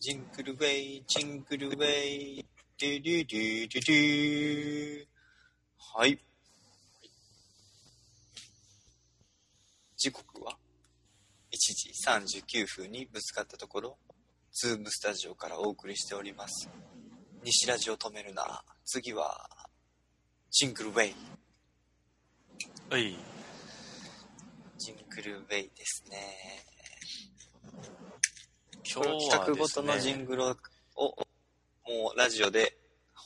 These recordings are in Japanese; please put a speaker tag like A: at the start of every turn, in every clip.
A: ジングルウェイ、ジングルウェイ、ドゥドゥドゥドゥドゥ。はい。時刻は1時39分にぶつかったところ、ズームスタジオからお送りしております。西ラジオ止めるな。次は、ジングルウェイ。
B: はい。
A: ジングルウェイですね。
B: 今日はです、ね、
A: 企画ごとのジングルを、もうラジオで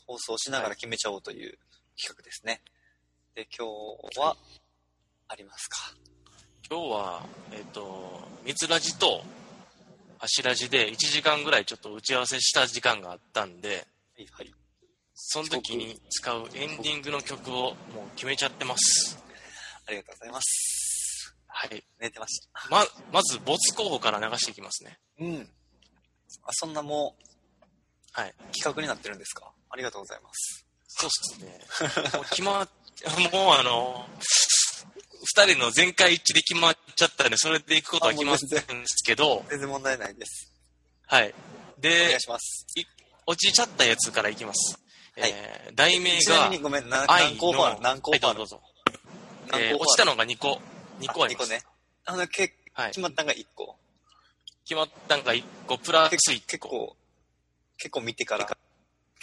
A: 放送しながら決めちゃおうという企画ですね。で、今日は、ありますか。
B: 今日は、えっ、と、ミツラジと柱ジで1時間ぐらいちょっと打ち合わせした時間があったんで、
A: はいはい。
B: その時に使うエンディングの曲をもう決めちゃってます。
A: ありがとうございます。
B: はい。
A: 寝てました。
B: ま、まず、ボツ候補から流していきますね。
A: うん。あ、そんなも
B: はい。
A: う企画になってるんですかありがとうございます。
B: そうですね。もう決まっ、 もうあの、二人の全会一致で決まっちゃったんで、それで行くことは決まってるんですけど、
A: 全然問題ないです。
B: はい。
A: お願
B: で
A: い、します。
B: い落ちちゃったやつからいきます。
A: はい
B: えー題名
A: ちな
B: が
A: みに、ごめん、な
B: 愛
A: 何
B: の
A: 候補ある何候補あ
B: はい
A: る
B: どうぞ
A: 何
B: どうぞ、えー
A: 候補ある
B: 落ちたのが2個2個あり
A: 二
B: ま
A: 個
B: す、
A: ね。あの、け
B: はい、
A: 決
B: 決
A: まったんが1個。
B: まったんが1個プラス
A: 結
B: 1
A: 結
B: 個
A: 構、結構見てから、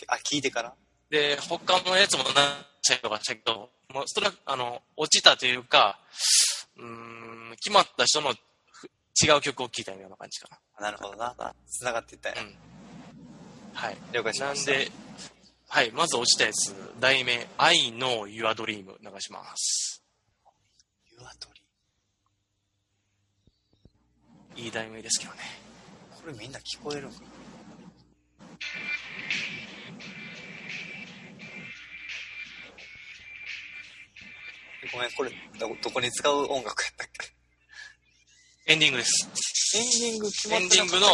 A: あ、聞いてから
B: で他のやつもなっちゃいとかしたけどもうそれはあの落ちたというかうーん決まった人のふ違う曲を聴いたような感じかな
A: あなるほどな。繋がっていったよ
B: うんはい
A: 了解し
B: な
A: ま
B: ん
A: した。
B: ではいまず落ちたやつ題名「I know your dream」流します
A: 湯あとり
B: いい題名ですけどね
A: これみんな聞こえるんかごめん、これど、どこに使う音楽やったっけ
B: エンディングです
A: エンディング決まっ
B: エ
A: て
B: ンディングの、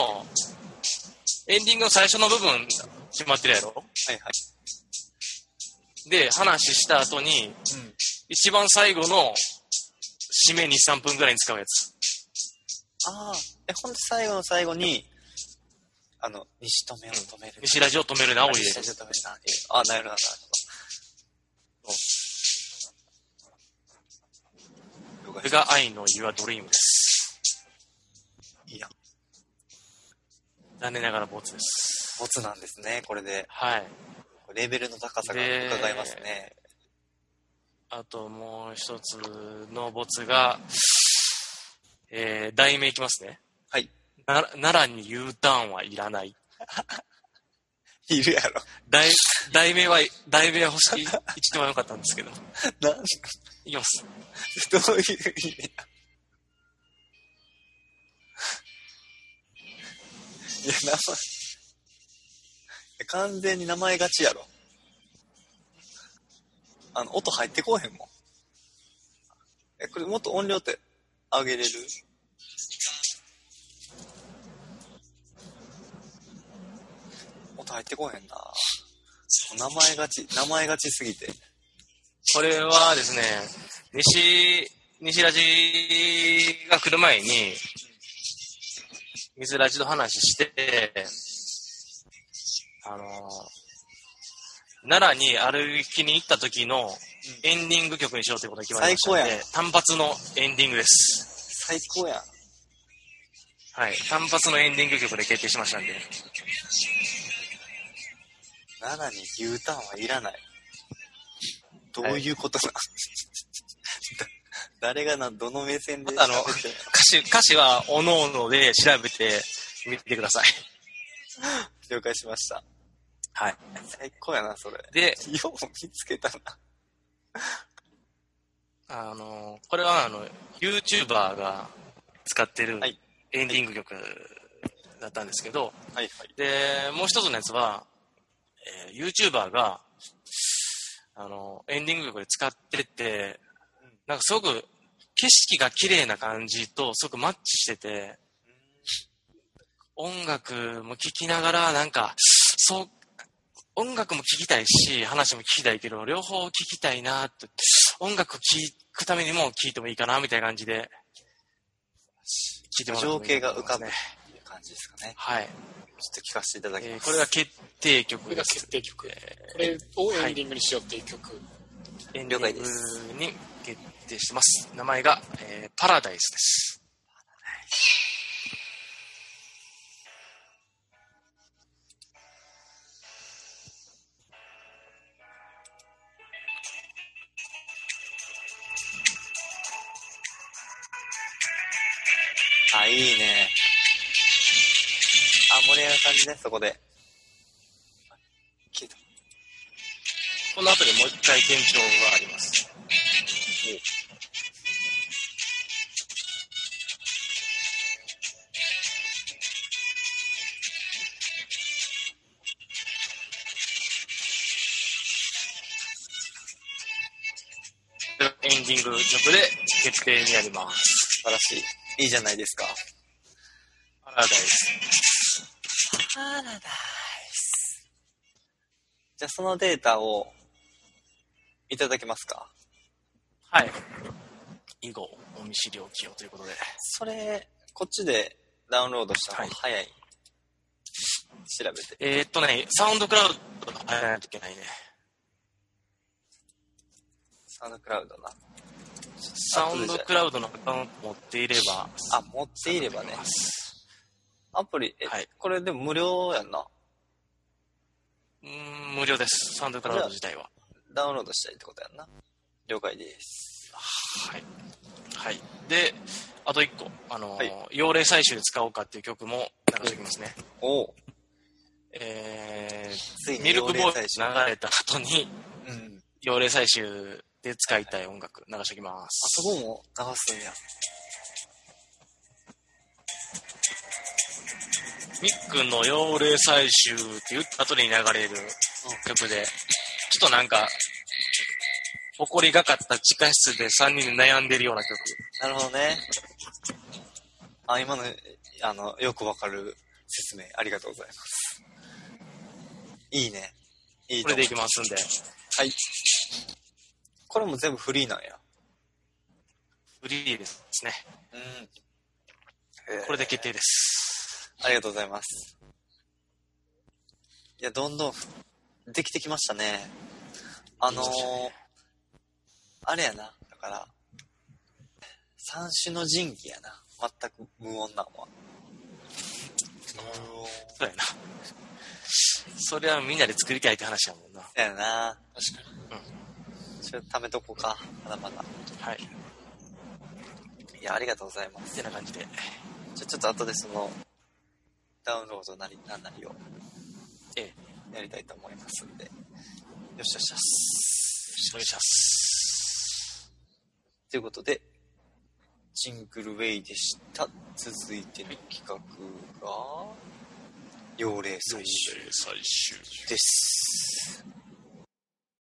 B: エンディングの最初の部分決まってるやろ
A: はいはい。
B: で、話した後に、
A: うん。
B: 一番最後の締め2、3分ぐらいに使うやつ。
A: ああ、え、ほんと最後の最後に、あの、西止めを止める。
B: 西ラジオ止めるなを入れ
A: 西
B: る
A: ラ。ジオ止めるな。あ、なるほど、なるほど。了
B: そ
A: 解
B: れ
A: しま
B: が愛の Your Dream です。
A: すいいや。
B: 残念ながらボツです。
A: ボツなんですね、これで。
B: はい。
A: レベルの高さが伺えますね。
B: あともう一つのボツが、えー、題名いきますね。
A: はい。
B: な奈良に U ターンはいらない。
A: いるやろ。
B: 題題名は、題名は欲しい。一番良かったんですけど。
A: なん
B: いきます。
A: どういう意味や。いや、名前。完全に名前がちやろ。あの、音入ってこうへんもん。え、これもっと音量って上げれる音入ってこうへんな。名前がち、名前がちすぎて。
B: これはですね、西、西ラジが来る前に、水ラジと話して、あの、奈良に歩きに行った時のエンディング曲にしようということが決まりましたの
A: 最高
B: で
A: や、
B: 単発のエンディングです。
A: 最高やん。
B: はい。単発のエンディング曲で決定しましたんで。
A: 7に U ターンはいらない。どういうことな、 だ誰がな、どの目線で
B: またあの
A: 喋ってる
B: 歌詞、歌詞は各々で調べてみてください。
A: 了解しました。
B: はい。
A: 最高やな、それ。
B: で、
A: よう見つけたな。
B: あの、これはあの、YouTuber が使ってる
A: はい
B: エンディング曲だったんですけど、
A: はいはい。
B: で、もう一つのやつは、えー、YouTuber が、あの、エンディング曲で使ってて
A: うん、
B: なんかすごく景色が綺麗な感じとすごくマッチしてて、音楽も聴きながら、なんか、そう、音楽も聴きたいし、話も聞きたいけど、両方聞きたいなって、音楽聴くためにも聴いてもいいかな、みたいな感じで、聴いてもらってもいいかなと思
A: 情景が浮
B: いますね
A: かぶっていう感じですかね。
B: はい。
A: ょっと聞かせていただき
B: え
A: ま
B: ー
A: す。
B: これが決定
C: こ
B: 曲
C: れ
B: で
C: が
B: す
C: 決。定曲。
B: えー
C: これをエンディングにしようっていう曲。
B: エンデ
A: 了
B: ィ
A: 解
B: ング
A: です
B: に決定してます。名前が、えーパラダイスです。
A: あ、いいね。あ、盛り上がる感じね、そこで。聞いた。
B: この後でもう一回転調があります。エンディング曲で決定になります。
A: 素晴らしい。いいじゃないですか。
B: パラダイス。
A: パラダイス。じゃあ、そのデータを、いただけますか
B: はい。以後、お見知りおきをということで。
A: それ、こっちでダウンロードした方が早い。調べて。
B: えーっとね、サウンドクラウド入らないといけないね。
A: サウンドクラウドな。
B: サウンドクラウドのアカウント持っていれば、
A: あ、持っていればね。アプリ、え、
B: はい
A: これでも無料やんな。
B: うーん、無料です。サウンドクラウド自体は。
A: ダウンロードしたいってことやんな。了解です。
B: はい。はい。で、あと一個、あのー
A: はい
B: 用例採集で使おうかっていう曲も流しておきますね。
A: おお。
B: え
A: つい
B: ー、
A: に
B: ミルクボーイ
A: 用例採集
B: 流れた後に、
A: うん。
B: 用例採集で使いたい音楽流しておきます。
A: あそこも流すんや。
B: ミックの幼霊採集っていう後に流れる曲で、ちょっとなんか、誇りがかった地下室で3人で悩んでるような曲。
A: なるほどね。あ、今の、あの、よくわかる説明、ありがとうございます。いいね。いい
B: こと
A: 思
B: れで
A: う
B: いきますんで、
A: はい。これも全部フリーなんや。
B: フリーですね。
A: うん。
B: これで決定です。
A: ありがとうございます。いや、どんどん、できてきましたね。あのー
B: できましたね
A: あれやな、だから、三種の神器やな。全く無音なもんは。無音。
B: そうやな。それはみんなで作りたいって話やもんな。
A: だよな。
C: 確かに。
A: ちょっと貯めとこうか。まだまだ。
B: はい。
A: いや、ありがとうございます。
B: てな感じで。
A: じゃあちょっと後でその、ダウンロードなり、なんなりを
B: ええ、
A: やりたいと思いますんで。よしよしよし。
B: お願いします。
A: ということで、ジングルウェイでした。続いての企画が、幼霊採集
B: 採集。
A: です。